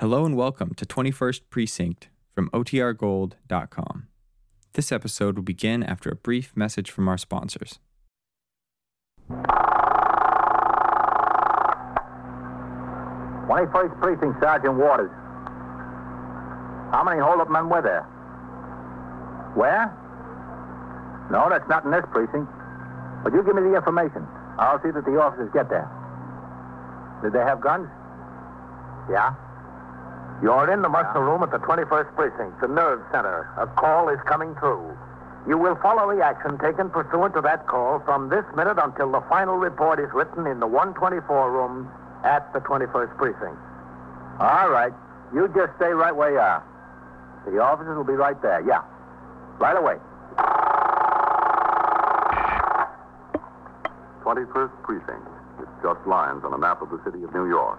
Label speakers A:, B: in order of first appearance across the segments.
A: Hello and welcome to 21st Precinct from OTRGold.com. This episode will begin after a brief message from our sponsors.
B: Twenty-first Precinct, Sergeant Waters. How many hold-up men were there? Where? No, that's not in this precinct. But you give me the information. I'll see that the officers get there. Did they have guns? Yeah.
C: You're in the muscle room at the 21st Precinct, the nerve center. A call is coming through. You will follow the action taken pursuant to that call from this minute until the final report is written in the 124 room at the 21st Precinct.
B: All right. You just stay right where you are. The officers will be right there. Yeah. Right away.
D: 21st Precinct. It's just lines on a map of the city of New York.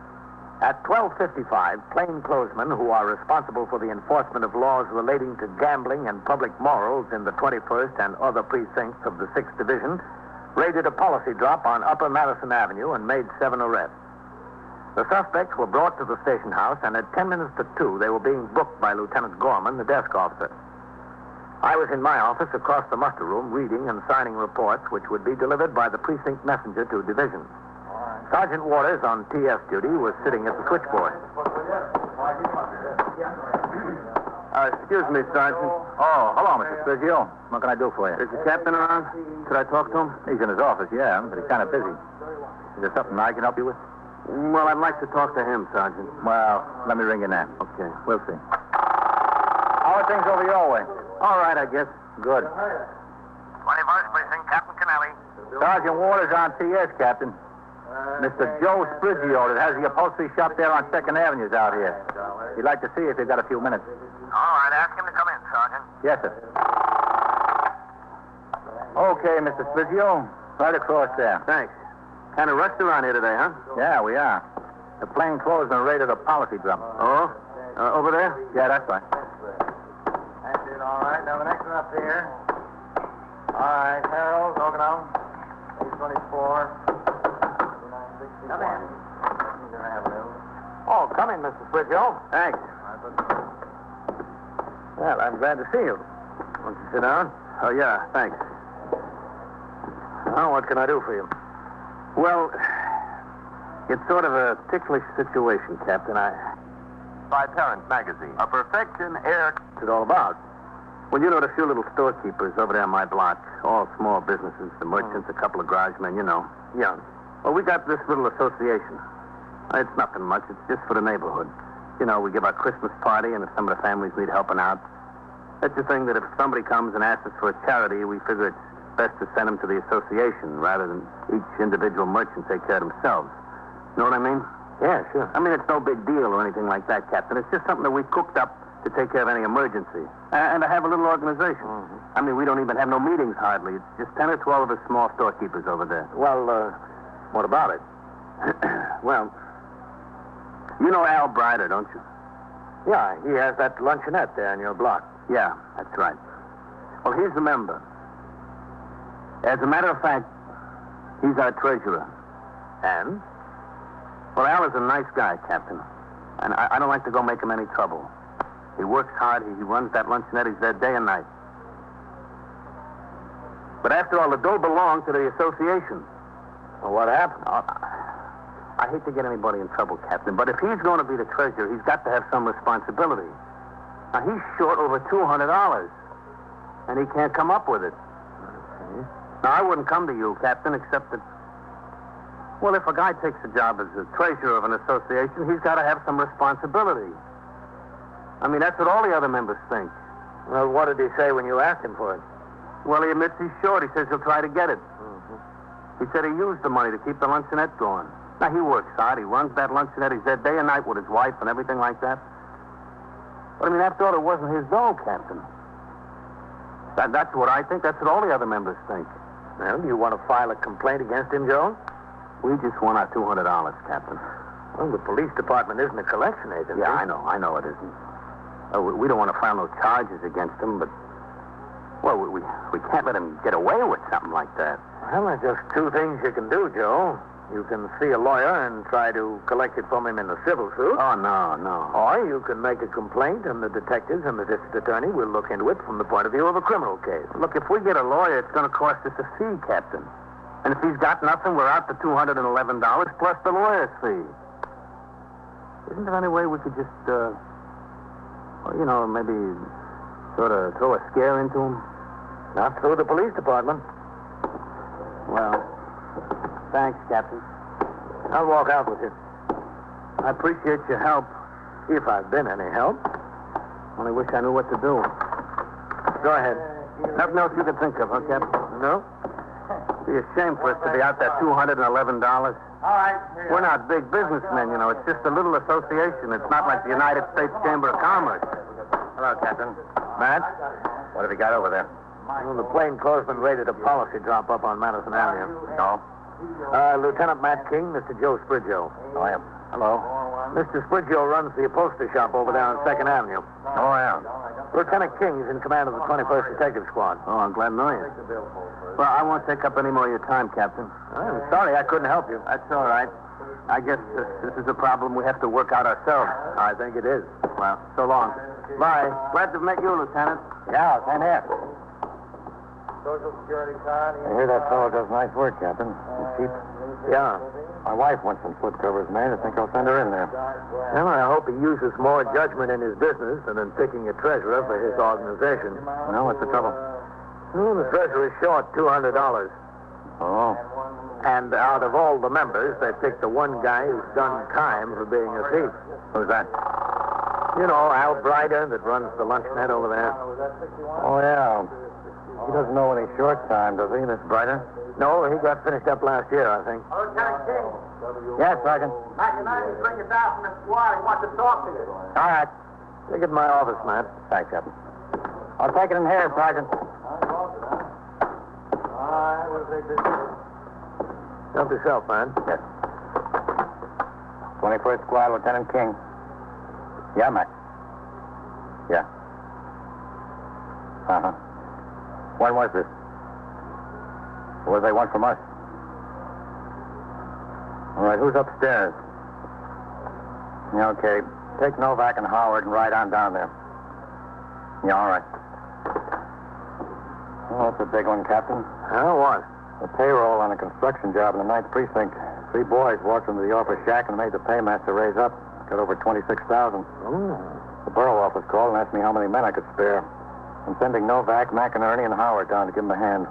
C: At 12.55, plainclothesmen who are responsible for the enforcement of laws relating to gambling and public morals in the 21st and other precincts of the 6th Division raided a policy drop on Upper Madison Avenue and made seven arrests. The suspects were brought to the station house, and at 10 minutes to 2, they were being booked by Lieutenant Gorman, the desk officer. I was in my office across the muster room reading and signing reports which would be delivered by the precinct messenger to division. Sergeant Waters on TS duty was sitting at the switchboard.
B: Uh, excuse me, Sergeant. Oh, hello, Mr. Sergio. What can I do for you? Is the captain around? Could I talk to him? He's in his office, yeah, but he's kind of busy. Is there something I can help you with?
D: Well, I'd like to talk to him, Sergeant.
B: Well, let me ring in there. Okay. We'll see. How are things over your way? All right, I guess. Good.
C: 21st Precinct, Captain Kennelly.
B: Sergeant Waters on TS, Captain. Mr. Joe Sprigio that has the upholstery shop there on Second Avenue is out here. He'd like to see you if you've got a few minutes.
C: All right, ask him to come in, Sergeant.
B: Yes, sir. Okay, Mr. Sprigio. Right across there.
D: Thanks. Kind of rushed around here today, huh?
B: Yeah, we are. The plainclothesmen raided a policy drum.
D: Oh? Uh, over there?
B: Yeah, that's right.
E: That's it, all right. Now the next one up here. All right, Harold, Ogano, 824. Come in.
C: Oh, come in, Mr. Swidgill.
D: Thanks.
C: Well, I'm glad to see you.
D: Won't you sit down? Oh, yeah, thanks.
C: Now, what can I do for you?
D: Well, it's sort of a ticklish situation, Captain. I. By Parent Magazine. A perfection air. What's it all about? Well, you know, the few little storekeepers over there on my block, all small businesses, the merchants, a couple of garage men, you know.
C: Yeah.
D: Well, we got this little association. It's nothing much. It's just for the neighborhood. You know, we give our Christmas party, and if some of the families need helping out, that's the thing that if somebody comes and asks us for a charity, we figure it's best to send them to the association rather than each individual merchant take care of themselves. Know what I mean?
C: Yeah, sure.
D: I mean, it's no big deal or anything like that, Captain. It's just something that we cooked up to take care of any emergency. A- And to have a little organization.
C: Mm-hmm.
D: I mean, we don't even have no meetings hardly. It's just 10 or 12 of us small storekeepers over there.
C: Well, uh, what about it?
D: Well, you know Al Brider, don't you?
C: Yeah, he has that luncheonette there in your block.
D: Yeah, that's right. Well, he's the member. As a matter of fact, he's our treasurer.
C: And?
D: Well, Al is a nice guy, Captain. And I, I don't like to go make him any trouble. He works hard. He, he runs that luncheonette. He's there day and night. But after all, the dough belongs to the association.
C: Well, what happened?
D: Uh, I hate to get anybody in trouble, Captain, but if he's going to be the treasurer, he's got to have some responsibility. Now, he's short over $200, and he can't come up with it. Now, I wouldn't come to you, Captain, except that. Well, if a guy takes a job as a treasurer of an association, he's got to have some responsibility. I mean, that's what all the other members think.
C: Well, what did he say when you asked him for it?
D: Well, he admits he's short. He says he'll try to get it. He said he used the money to keep the luncheonette going. Now, he works hard. He runs that luncheonette. He's there day and night with his wife and everything like that.
F: But I mean, after all, it wasn't his dough, Captain. That, that's what I think. That's what all the other members think.
C: Well, do you want to file a complaint against him, Jones?
F: We just want our $200, Captain.
C: Well, the police department isn't a collection agency.
F: Yeah, I know. I know it isn't. Uh, we, we don't want to file no charges against him, but. Well, we, we, we can't let him get away with something like that.
C: Well, there's just two things you can do, Joe. You can see a lawyer and try to collect it from him in a civil suit.
F: Oh, no, no.
C: Or you can make a complaint, and the detectives and the district attorney will look into it from the point of view of a criminal case.
F: Look, if we get a lawyer, it's going to cost us a fee, Captain. And if he's got nothing, we're out the $211 plus the lawyer's fee. Isn't there any way we could just, uh, well, you know, maybe sort of throw a scare into him?
C: Not through the police department.
F: Well, thanks, Captain.
C: I'll walk out with you. I appreciate your help, if I've been any help. Only wish I knew what to do. Go ahead.
F: Nothing else you can think of, huh, Captain?
C: No.
F: It'd be a shame for us to be out there $211.
E: All right.
F: We're not big businessmen, you know. It's just a little association. It's not like the United States Chamber of Commerce.
G: Hello, Captain. Matt? What have you got over there?
C: Well, the plainclothesman raided a policy drop up on Madison Avenue.
G: No?
C: Uh, Lieutenant Matt King, Mr. Joe Sprigio.
G: Oh, yeah.
C: Hello. Mr. Sprigio runs the upholstery shop over there on 2nd Avenue.
G: Oh, yeah.
C: Lieutenant King is in command of the 21st Detective Squad.
F: Oh, I'm glad to know you. Well, I won't take up any more of your time, Captain.
C: I'm sorry I couldn't help you.
F: That's all right. I guess this, this is a problem we have to work out ourselves.
C: I think it is.
F: Well, so long.
C: Bye.
F: Glad to have met you, Lieutenant.
G: Yeah, same here.
E: Social Security card.
G: I hear that fellow does nice work, Captain. He's cheap.
C: Yeah.
G: My wife wants some slip covers made. I think I'll send her in there.
C: Well, I hope he uses more judgment in his business than in picking a treasurer for his organization.
G: No, what's the trouble?
C: Well, the treasurer's short $200.
G: Oh.
C: And out of all the members, they picked the one guy who's done time for being a thief.
G: Who's that?
C: You know, Al Brider that runs the luncheonette over there.
G: Oh, yeah. He doesn't know any short time, does he, Miss Brighter?
C: No, he got finished up last year, I think.
H: Lieutenant King.
G: Yes, Sergeant.
H: McInerney, bring it down from the squad. He wants to talk to you.
G: All right.
C: Take it to my office, Matt.
G: Thanks, Captain. I'll take it in here, Sergeant.
C: Help yourself, man.
G: Yes. 21st Squad, Lieutenant King. Yeah, Mac. Yeah. Uh-huh. When was this? What do they want from us? All right, who's upstairs? Yeah, okay. Take Novak and Howard and ride on down there. Yeah, all right. Well, that's a big one, Captain.
C: How what?
G: The payroll on a construction job in the ninth precinct. Three boys walked into the office shack and made the paymaster raise up. Got over 26000
C: Ooh.
G: The borough office called and asked me how many men I could spare. I'm sending Novak, McInerney, and Howard down to give him a hand.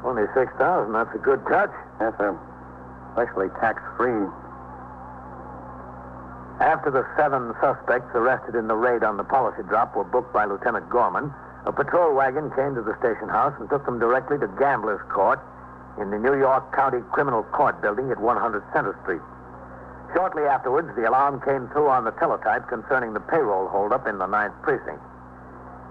C: 26000 that's a good touch.
G: Yes, sir. Especially tax-free.
C: After the seven suspects arrested in the raid on the policy drop were booked by Lieutenant Gorman, a patrol wagon came to the station house and took them directly to Gambler's Court in the New York County Criminal Court building at 100 Center Street. Shortly afterwards, the alarm came through on the teletype concerning the payroll holdup in the ninth precinct.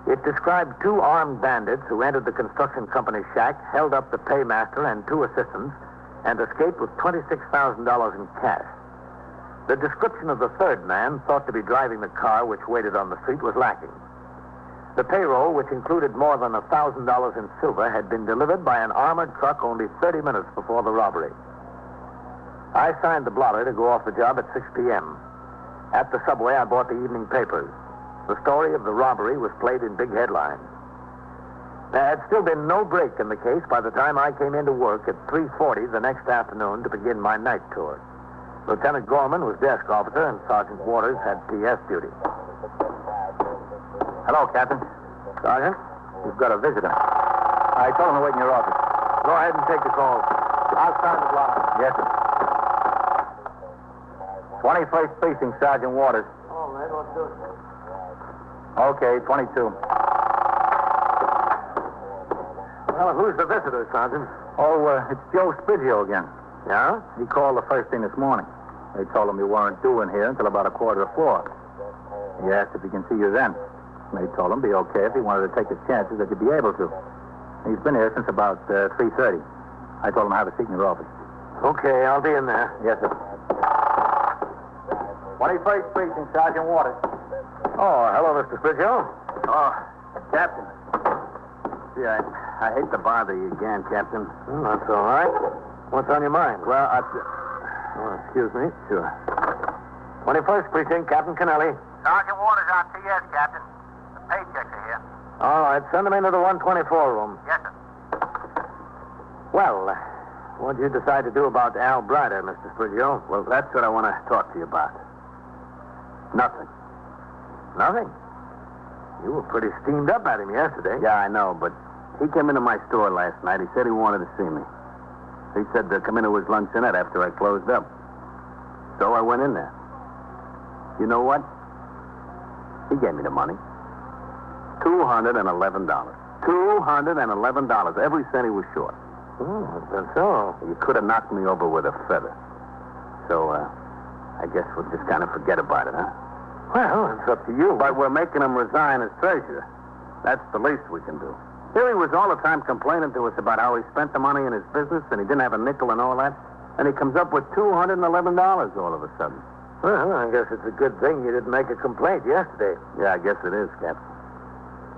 C: It described two armed bandits who entered the construction company's shack, held up the paymaster and two assistants, and escaped with $26,000 in cash. The description of the third man, thought to be driving the car which waited on the street, was lacking. The payroll, which included more than $1,000 in silver, had been delivered by an armored truck only 30 minutes before the robbery. I signed the blotter to go off the job at 6 p.m. At the subway, I bought the evening papers. The story of the robbery was played in big headlines. There had still been no break in the case by the time I came into work at 3.40 the next afternoon to begin my night tour. Lieutenant Gorman was desk officer and Sergeant Waters had PS duty.
G: Hello, Captain.
C: Sergeant,
G: we've got a visitor. I told him to wait in your office.
C: Go ahead and take the call. I'll sign the blotter.
G: Yes, sir. 21st Precinct, Sergeant Waters.
E: Oh, man, what's this?
G: Okay, 22.
C: Well, who's the visitor, Sergeant?
G: Oh, uh, it's Joe Spigio again.
C: Yeah?
G: He called the first thing this morning. They told him you weren't due in here until about a quarter to four. He asked if he can see you then.
B: They told him it'd be okay if he wanted to take his chances that he'd be able to. He's been here since about uh, 3.30. I told him I have a seat in your office.
C: Okay, I'll be in there.
B: Yes, sir.
E: 21st Precinct, Sergeant Waters.
C: Oh, hello, Mr. Spigel.
F: Oh, Captain. See, I, I hate to bother you again, Captain.
C: Well, that's all right. What's on your mind?
F: Well, I...
C: Oh, excuse me. Sure. 21st Precinct, Captain Kennelly.
H: Sergeant Waters on TS, Captain. The paychecks are here.
C: All right, send them into the 124 room.
H: Yes, sir.
C: Well, what'd you decide to do about Al Brider, Mr. Spigel?
F: Well, that's what I want to talk to you about. Nothing.
C: Nothing? You were pretty steamed up at him yesterday.
F: Yeah, I know, but he came into my store last night. He said he wanted to see me. He said to come into his luncheonette after I closed up. So I went in there. You know what? He gave me the money. $211. $211. Every cent he was short.
C: Mm, that's so.
F: You could have knocked me over with a feather. So, uh, I guess we'll just kind of forget about it, huh?
C: Well, it's up to you.
F: But we're making him resign as treasurer. That's the least we can do. Here he was all the time complaining to us about how he spent the money in his business and he didn't have a nickel and all that. And he comes up with $211 all of a sudden.
C: Well, I guess it's a good thing you didn't make a complaint yesterday.
F: Yeah, I guess it is, Captain.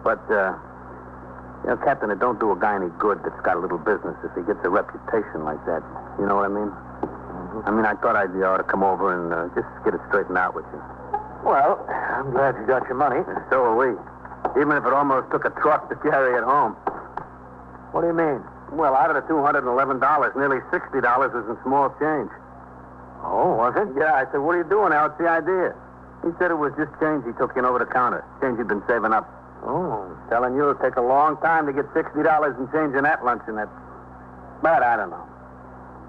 F: But, uh, you know, Captain, it don't do a guy any good that's got a little business if he gets a reputation like that. You know what I mean? Mm-hmm. I mean, I thought I'd ought to come over and uh, just get it straightened out with you.
C: Well, I'm glad you got your money.
F: So are we. Even if it almost took a truck to carry it home.
C: What do you mean?
F: Well, out of the $211, nearly $60 was in small change.
C: Oh, was it?
F: Yeah, I said, what are you doing, Al? What's the idea? He said it was just change he took in over the counter. Change he'd been saving up.
C: Oh.
F: Telling you it'll take a long time to get $60 in change in that luncheonette. But I don't know.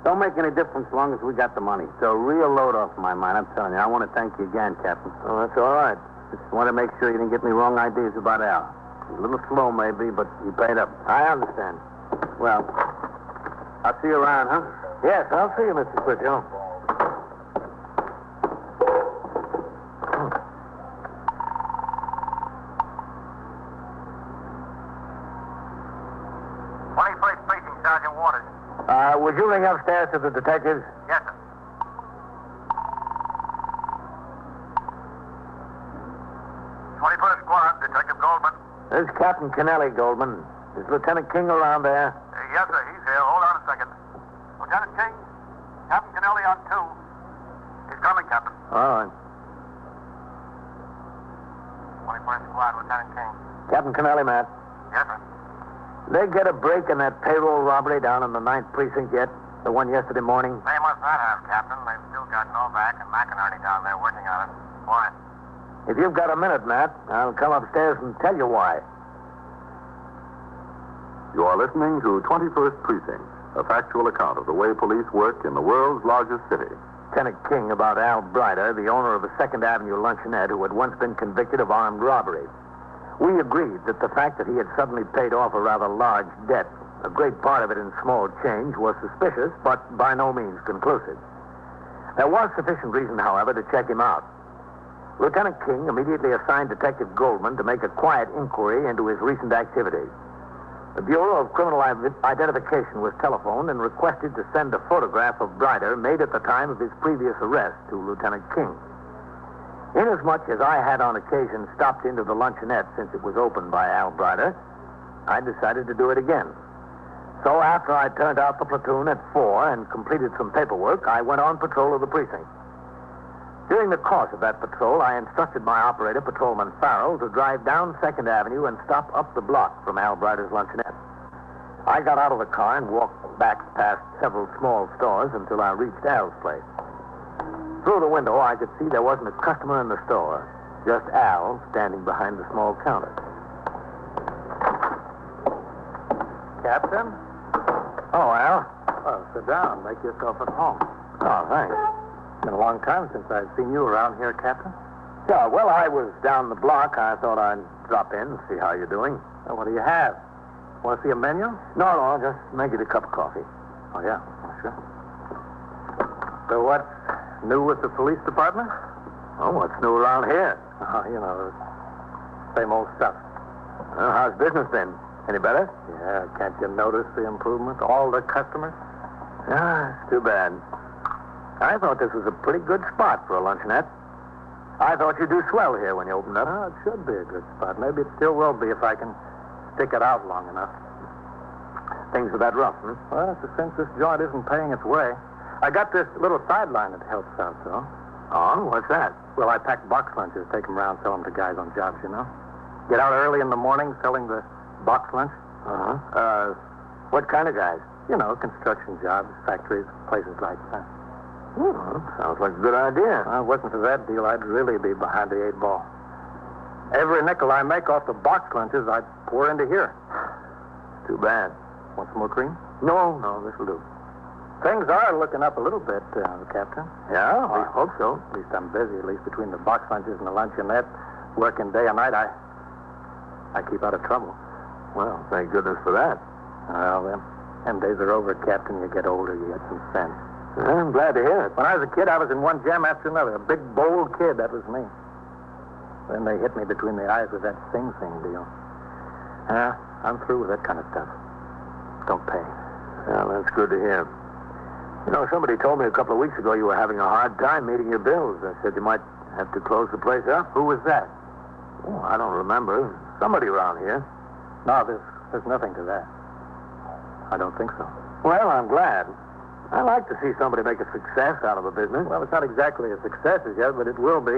F: Don't make any difference as long as we got the money. So real load off my mind. I'm telling you, I want to thank you again, Captain.
C: Oh, that's all right.
F: Just want to make sure you didn't get me wrong ideas about Al. A little slow, maybe, but you paid up.
C: I understand.
F: Well, I'll see you around, huh?
C: Yes, I'll see you, Mr. Twitchell. Uh, would you ring upstairs to the detectives?
H: Yes, sir. Twenty-first squad, Detective Goldman. Uh,
C: There's Captain Kennelly, Goldman. Is Lieutenant King around there?
H: Uh, yes, sir. He's here. Hold on a second. Lieutenant King, Captain Kennelly on two. He's coming, Captain.
C: All right.
H: Twenty-first squad, Lieutenant King.
C: Captain Kennelly, Matt.
H: Yes, sir.
C: They get a break in that payroll robbery down in the ninth precinct yet? The one yesterday morning?
H: They must not have, Captain. They've still got Novak and McInerney down there working on it. Why?
C: If you've got a minute, Matt, I'll come upstairs and tell you why.
I: You are listening to 21st Precinct, a factual account of the way police work in the world's largest city.
C: Lieutenant King about Al Brider, the owner of a Second Avenue luncheonette who had once been convicted of armed robbery. We agreed that the fact that he had suddenly paid off a rather large debt, a great part of it in small change, was suspicious, but by no means conclusive. There was sufficient reason, however, to check him out. Lieutenant King immediately assigned Detective Goldman to make a quiet inquiry into his recent activities. The Bureau of Criminal Identification was telephoned and requested to send a photograph of Brider made at the time of his previous arrest to Lieutenant King. Inasmuch as I had on occasion stopped into the luncheonette since it was opened by Al Brider, I decided to do it again. So after I turned out the platoon at four and completed some paperwork, I went on patrol of the precinct. During the course of that patrol, I instructed my operator, Patrolman Farrell, to drive down Second Avenue and stop up the block from Al Brider's luncheonette. I got out of the car and walked back past several small stores until I reached Al's place. Through the window, I could see there wasn't a customer in the store, just Al standing behind the small counter.
F: Captain?
C: Oh, Al.
F: Well, sit down. Make yourself at home.
C: Oh, thanks.
F: It's been a long time since I've seen you around here, Captain.
C: Yeah, well, I was down the block. I thought I'd drop in and see how you're doing.
F: Well, what do you have? Want to see a menu?
C: No, no, just make it a cup of coffee.
F: Oh, yeah, sure. So what? New with the police department?
C: Oh, what's new around here?
F: Oh, you know, Same old stuff.
C: Well, Uh, how's business then? Any better?
F: Yeah, can't you notice the improvement? All the customers?
C: Ah, it's too bad. I thought this was a pretty good spot for a luncheonette. I thought you'd do swell here when you opened up.
F: Oh, it should be a good spot. Maybe it still will be if I can stick it out long enough.
C: Things are that rough, hmm?
F: Well, it's since this joint isn't paying its way. I got this little sideline that helps out, though.
C: Oh, what's that?
F: Well, I pack box lunches, take them around, sell them to guys on jobs, you know. Get out early in the morning selling the box lunch.
C: Uh-huh. Uh, what kind of guys?
F: You know, construction jobs, factories, places like that.
C: Hmm, sounds like a good idea.
F: Well, if it wasn't for that deal, I'd really be behind the eight ball. Every nickel I make off the box lunches, I pour into here.
C: Too bad.
F: Want some more cream?
C: No, no, this'll do.
F: Things are looking up a little bit, uh, Captain.
C: Yeah, I hope so.
F: At least I'm busy. At least between the box lunches and the luncheonette, working day and night, I I keep out of trouble.
C: Well, thank goodness for that.
F: Well, then, them days are over, Captain. You get older, you get some sense.
C: I'm glad to hear it.
F: When I was a kid, I was in one jam after another. A big, bold kid, that was me. Then they hit me between the eyes with that Sing Sing deal. Yeah, I'm through with that kind of stuff. Don't pay.
C: Well, that's good to hear. You know, somebody told me a couple of weeks ago you were having a hard time meeting your bills. I said you might have to close the place up.
F: Who was that?
C: Oh, I don't remember. Somebody around here.
F: No, there's, there's nothing to that. I don't think so.
C: Well, I'm glad. I like to see somebody make a success out of a business.
F: Well, it's not exactly a success as yet, but it will be.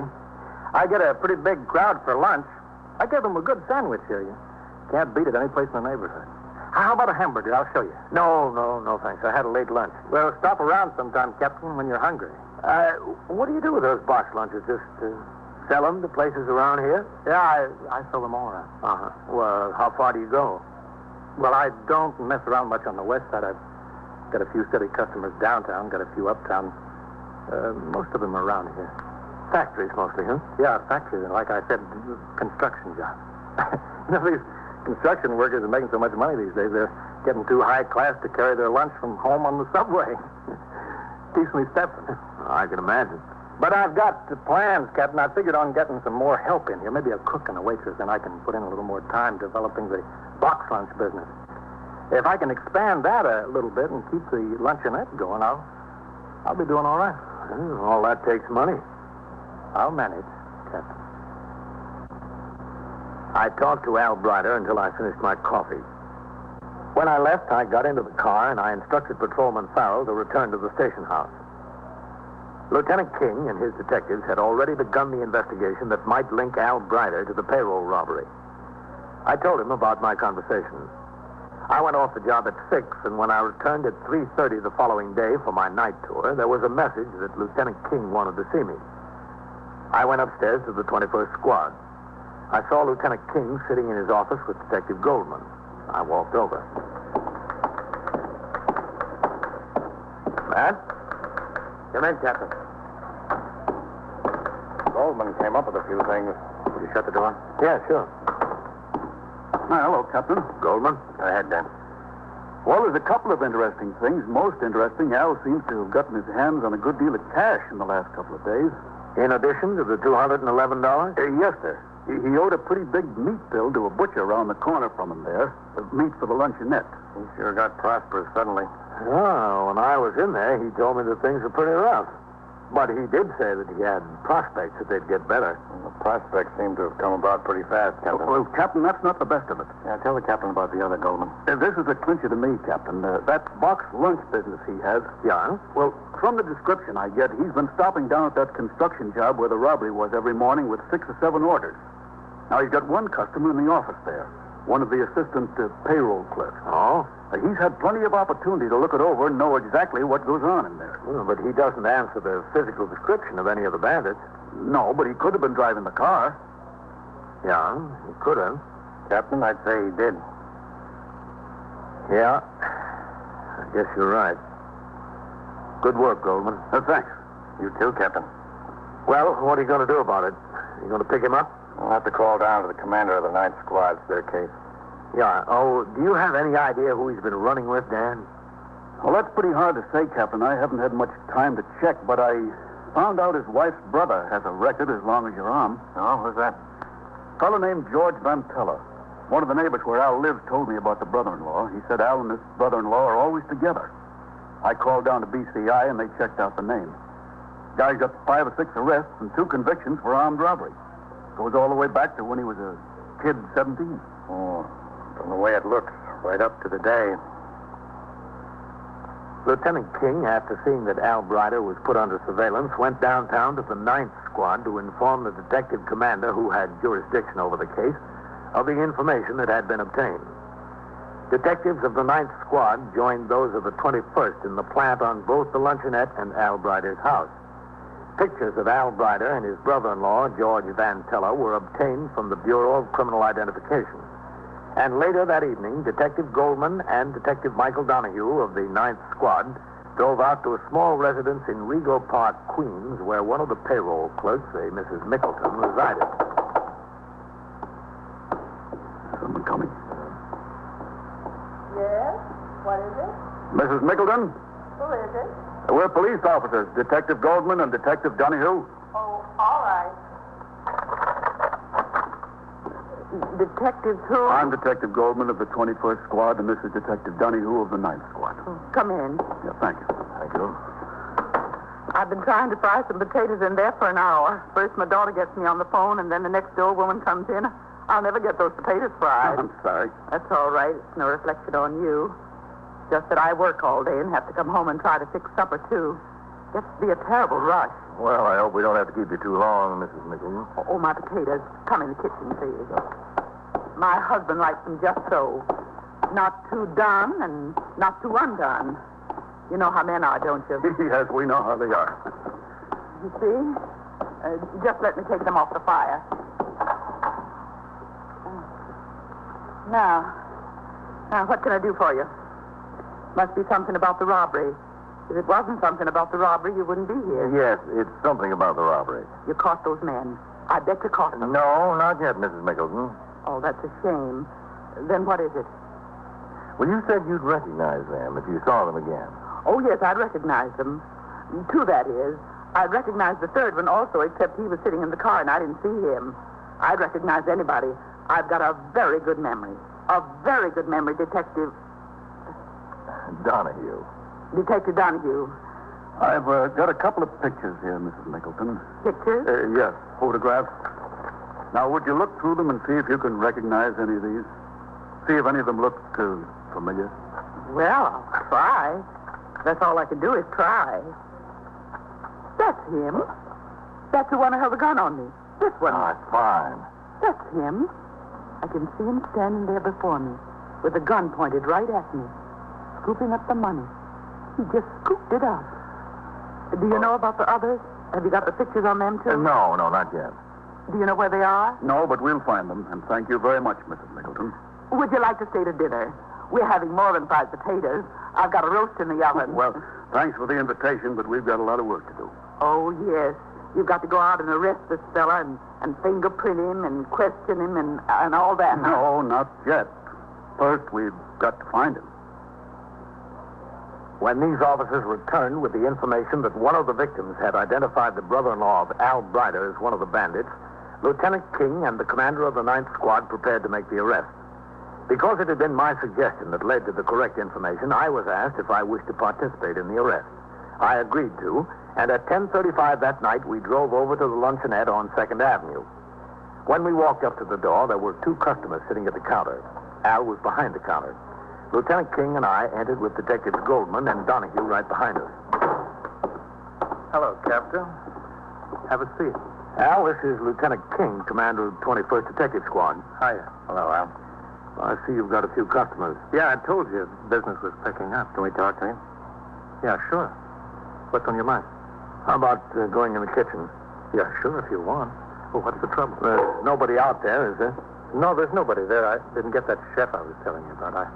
F: I get a pretty big crowd for lunch. I give them a good sandwich here. You can't beat it any place in the neighborhood. How about a hamburger? I'll show you.
C: No, no, no, thanks. I had a late lunch.
F: Well, stop around sometime, Captain, when you're hungry.
C: Uh, what do you do with those box lunches? Just uh, sell them to places around here?
F: Yeah, I, I sell them all around.
C: Uh-huh. Well, how far do you go?
F: Well, I don't mess around much on the west side. I've Got a few steady customers downtown, got a few uptown. Uh, most of them are around here.
C: Factories mostly, huh?
F: Yeah, factories. And like I said, construction jobs. you know, these construction workers are making so much money these days, they're getting too high class to carry their lunch from home on the subway. Keeps me stepping.
C: I can imagine.
F: But I've got the plans, Captain. I figured on getting some more help in here. Maybe a cook and a waitress, and I can put in a little more time developing the box lunch business. If I can expand that a little bit and keep the luncheonette going, I'll I'll be doing all right.
C: Well, all that takes money.
F: I'll manage, Captain.
C: I talked to Al Brighter until I finished my coffee. When I left, I got into the car and I instructed Patrolman Farrell to return to the station house. Lieutenant King and his detectives had already begun the investigation that might link Al Brighter to the payroll robbery. I told him about my conversation. I went off the job at 6, and when I returned at 3.30 the following day for my night tour, there was a message that Lieutenant King wanted to see me. I went upstairs to the 21st Squad. I saw Lieutenant King sitting in his office with Detective Goldman. I walked over. Matt?
F: Come in, Captain.
G: Goldman came up with a few things.
F: Will you shut the door?
G: Yeah, sure.
D: Hi, hello, Captain.
G: Goldman?
F: Go ahead, Dan.
D: Well, there's a couple of interesting things. Most interesting, Al seems to have gotten his hands on a good deal of cash in the last couple of days.
C: In addition to the $211? Uh,
D: yes, sir. He, he owed a pretty big meat bill to a butcher around the corner from him there. The meat for the luncheonette.
G: He sure got prosperous suddenly.
C: Oh, when I was in there, he told me that things were pretty rough. But he did say that he had prospects that they'd get better.
G: The prospects seem to have come about pretty fast, Captain.
D: Well, Captain, that's not the best of it.
G: Yeah, tell the Captain about the other Goldman.
D: Uh, this is a clincher to me, Captain. Uh, that box lunch business he has.
C: Yeah?
D: Well, from the description I get, he's been stopping down at that construction job where the robbery was every morning with six or seven orders. Now, he's got one customer in the office there, one of the assistant uh, payroll clerks. Uh,
C: Oh?
D: He's had plenty of opportunity to look it over and know exactly what goes on in there.
C: Well, but he doesn't answer the physical description of any of the bandits.
D: No, but he could have been driving the car.
C: Yeah, he could have.
G: Captain, I'd say he did.
C: Yeah, I guess you're right. Good work, Goldman.
D: Uh, thanks.
G: You too, Captain.
C: Well, what are you going to do about it? You going to pick him up?
G: I'll have to call down to the commander of the ninth squad. It's their case.
C: Yeah. Oh, do you have any idea who he's been running with, Dan?
D: Well, that's pretty hard to say, Captain. I haven't had much time to check, but I found out his wife's brother has a record as long as your arm.
G: Oh, who's that?
D: Fellow named George Vantella. One of the neighbors where Al lives told me about the brother-in-law. He said Al and his brother-in-law are always together. I called down to BCI and they checked out the name. Guy's got five or six arrests and two convictions for armed robbery. Goes all the way back to when he was a kid, 17.
J: Oh, from the way it looks, right up to the day.
K: Lieutenant King, after seeing that Al Brider was put under surveillance, went downtown to the Ninth Squad to inform the detective commander who had jurisdiction over the case of the information that had been obtained. Detectives of the Ninth Squad joined those of the 21st in the plant on both the luncheonette and Al Brider's house. Pictures of Al Brider and his brother-in-law, George Vantella, were obtained from the Bureau of Criminal Identification. And later that evening, Detective Goldman and Detective Michael Donahue of the Ninth Squad drove out to a small residence in Rego Park, Queens, where one of the payroll clerks, a Mrs. Mickleton, resided.
D: Someone coming.
C: Yes? What is it?
D: Mrs. Mickleton?
C: Who is it?
D: We're police officers, Detective Goldman and Detective Donahue.
C: Oh, all right. Detective who?
D: I'm Detective Goldman of the 21st Squad, and this is Detective Donahue of the 9th Squad.
C: Oh, Come in.
D: Yeah, thank you.
J: Thank you.
C: I've been trying to fry some potatoes in there for an hour. First, my daughter gets me on the phone, and then the next door woman comes in. I'll never get those potatoes fried.
D: I'm sorry.
C: That's all right. It's no reflection on you. Just that I work all day and have to come home and try to fix supper, too. Gets to be a terrible rush.
J: Well, I hope we don't have to keep you too long, Mrs. Mickleton.
C: Oh, my potatoes. Come in the kitchen, please. My husband likes them just so. Not too done and not too undone. You know how men are, don't you?
D: yes, we know how they are.
C: you see? Uh, just let me take them off the fire. Now, now, what can I do for you? Must be something about the robbery. If it wasn't something about the robbery, you wouldn't be here.
J: Yes, it's something about the robbery.
C: You caught those men. I bet you caught them.
J: No, not yet, Mrs. Mickleton.
C: Oh, that's a shame. Then what is it?
J: Well, you said you'd recognize them if you saw them again.
C: Oh, yes, I'd recognize them. Two, that is. I'd recognize the third one also, except he was sitting in the car and I didn't see him. I'd recognize anybody. I've got a very good memory. A very good memory, Detective.
J: Donahue.
C: Detective Donahue.
D: I've uh, got a couple of pictures here, Mrs. Mickleton.
C: Pictures?
D: Uh, yes, photographs. Now, would you look through them and see if you can recognize any of these? See if any of them look uh, familiar?
C: Well, I'll try. That's all I can do is try. That's him. That's the one who held the gun on me. This one.
J: Ah, fine.
C: That's him. I can see him standing there before me with the gun pointed right at me, scooping up the money. He just scooped it up. Do you know about the others? Have you got the pictures on them, too? Uh,
J: no, no, not yet.
C: Do you know where they are?
D: No, but we'll find them. And thank you very much, Mrs. Middleton.
C: Would you like to stay to dinner? We're having more than fried potatoes. I've got a roast in the oven.
D: Well, thanks for the invitation, but we've got a lot of work to do.
C: Oh, yes. You've got to go out and arrest this fella and, and fingerprint him and question him and, and all that.
D: No, Oh, not yet. First, we've got to find him.
L: When these officers returned with the information that one of the victims had identified the brother in law of Al Brider as one of the bandits, Lieutenant King and the commander of the Ninth Squad prepared to make the arrest. Because it had been my suggestion that led to the correct information, I was asked if I wished to participate in the arrest. I agreed to, and at 10.35 that night, we drove over to the luncheonette on 2nd Avenue. When we walked up to the door, there were two customers sitting at the counter. Al was behind the counter. Lieutenant King and I entered with Detectives Goldman and Donahue right behind us.
M: Hello, Captain. Have a seat.
L: Al, this is Lieutenant King, commander of 21st Detective Squad.
M: Hiya.
L: Hello, Al. Well, I see you've got a few customers.
M: Yeah, I told you business was picking up.
J: Can we talk to him?
M: Yeah, sure. What's on your mind?
L: How about uh, going in the kitchen?
M: Yeah, sure, if you want. Well, what's the trouble?
L: There's nobody out there, is there?
M: No, there's nobody there. I didn't get that chef I was telling you about. I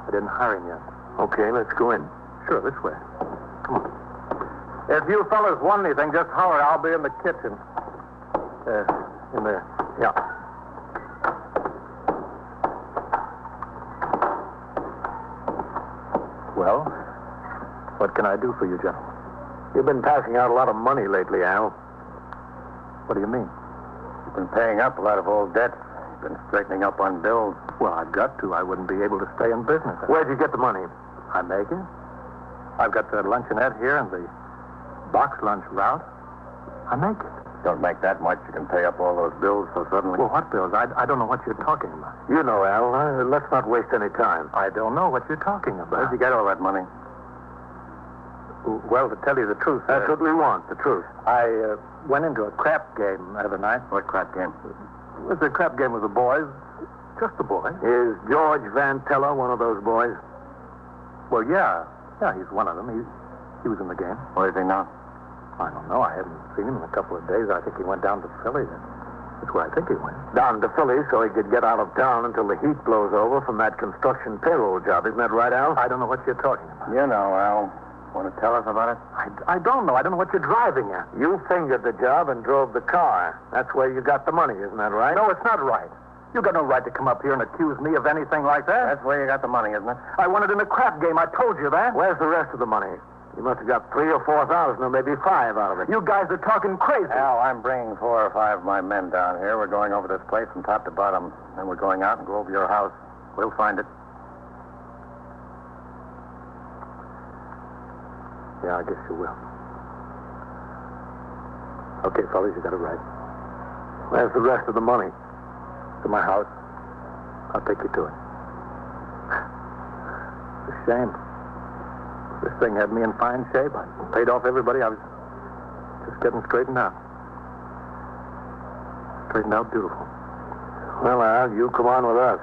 M: I didn't hire him yet.
L: Okay, let's go in.
M: Sure, this way. Come on.
L: If you fellas want anything, just holler. I'll be in the kitchen.
M: Uh, in there.
L: Yeah.
M: Well, what can I do for you, gentlemen?
L: You've been passing out a lot of money lately, Al.
M: What do you mean?
N: been paying up a lot of old debts. Been straightening up on bills.
O: Well, I've got to. I wouldn't be able to stay in business.
C: Where'd you get the money?
O: I make it. I've got the luncheonette here and the box lunch route. I make it.
N: Don't make that much. You can pay up all those bills so suddenly.
O: Well, what bills? I, I don't know what you're talking about.
C: You know, Al. Uh, let's not waste any time.
O: I don't know what you're talking about.
N: Where'd you get all that money?
O: Well, to tell you the truth,
C: that's uh, what we want. The truth.
O: I uh, went into a crap game the other night.
N: What crap game?
O: It was a crap game with the boys. Just the boys.
C: Is George Vantella one of those boys?
O: Well, yeah, yeah, he's one of them. He he was in the game.
N: Where is he now?
O: I don't know. I haven't seen him in a couple of days. I think he went down to Philly. That's where I think he went.
C: Down to Philly so he could get out of town until the heat blows over from that construction payroll job. Isn't that right, Al?
O: I don't know what you're talking about.
N: You know, Al. Want to tell us about it?
O: I, I don't know. I don't know what you're driving at.
C: You fingered the job and drove the car. That's where you got the money, isn't that right?
O: No, it's not right. You got no right to come up here and accuse me of anything like that.
N: That's where you got the money, isn't it?
O: I won it in the crap game. I told you that.
C: Where's the rest of the money? You must have got three or four thousand, or maybe five out of it.
O: You guys are talking crazy.
N: Al, I'm bringing four or five of my men down here. We're going over this place from top to bottom. Then we're going out and go over your house. We'll find it.
O: Yeah, I guess you will. Okay, fellas, you got it right.
C: Where's the rest of the money?
O: To my house. I'll take you to it. It's a shame. This thing had me in fine shape. I paid off everybody. I was just getting straightened out. Straightened out beautiful.
C: Well, Al, you come on with us.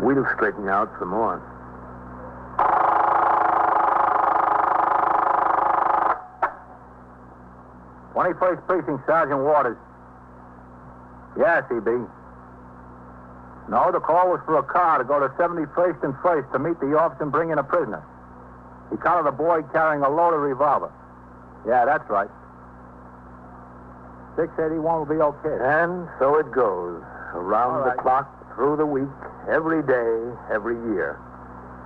C: We'll straighten you out some more.
P: Twenty-first Precinct, Sergeant Waters. Yes, E.B. No, the call was for a car to go to 71st and 1st to meet the officer and bring in a prisoner. He counted a boy carrying a loaded revolver. Yeah, that's right. 681 will be okay.
C: And so it goes. Around right. the clock, through the week, every day, every year.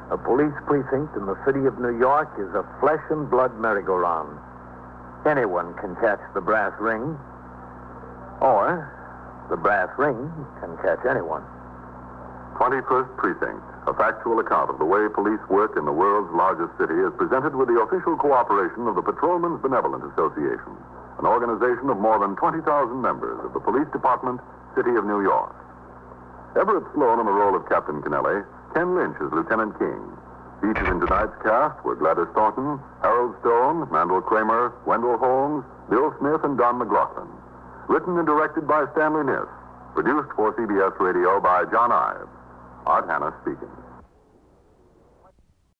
C: A police precinct in the city of New York is a flesh and blood merry-go-round. Anyone can catch the brass ring, or the brass ring can catch anyone.
D: 21st Precinct, a factual account of the way police work in the world's largest city, is presented with the official cooperation of the Patrolmen's Benevolent Association, an organization of more than 20,000 members of the Police Department, City of New York. Everett Sloan in the role of Captain Kennelly, Ken Lynch as Lieutenant King. Featured in tonight's cast were Gladys Thornton, Harold Stone, Mandel Kramer, Wendell Holmes, Bill Smith, and Don McLaughlin. Written and directed by Stanley Niss. Produced for CBS Radio by John Ives. Art Hannah speaking.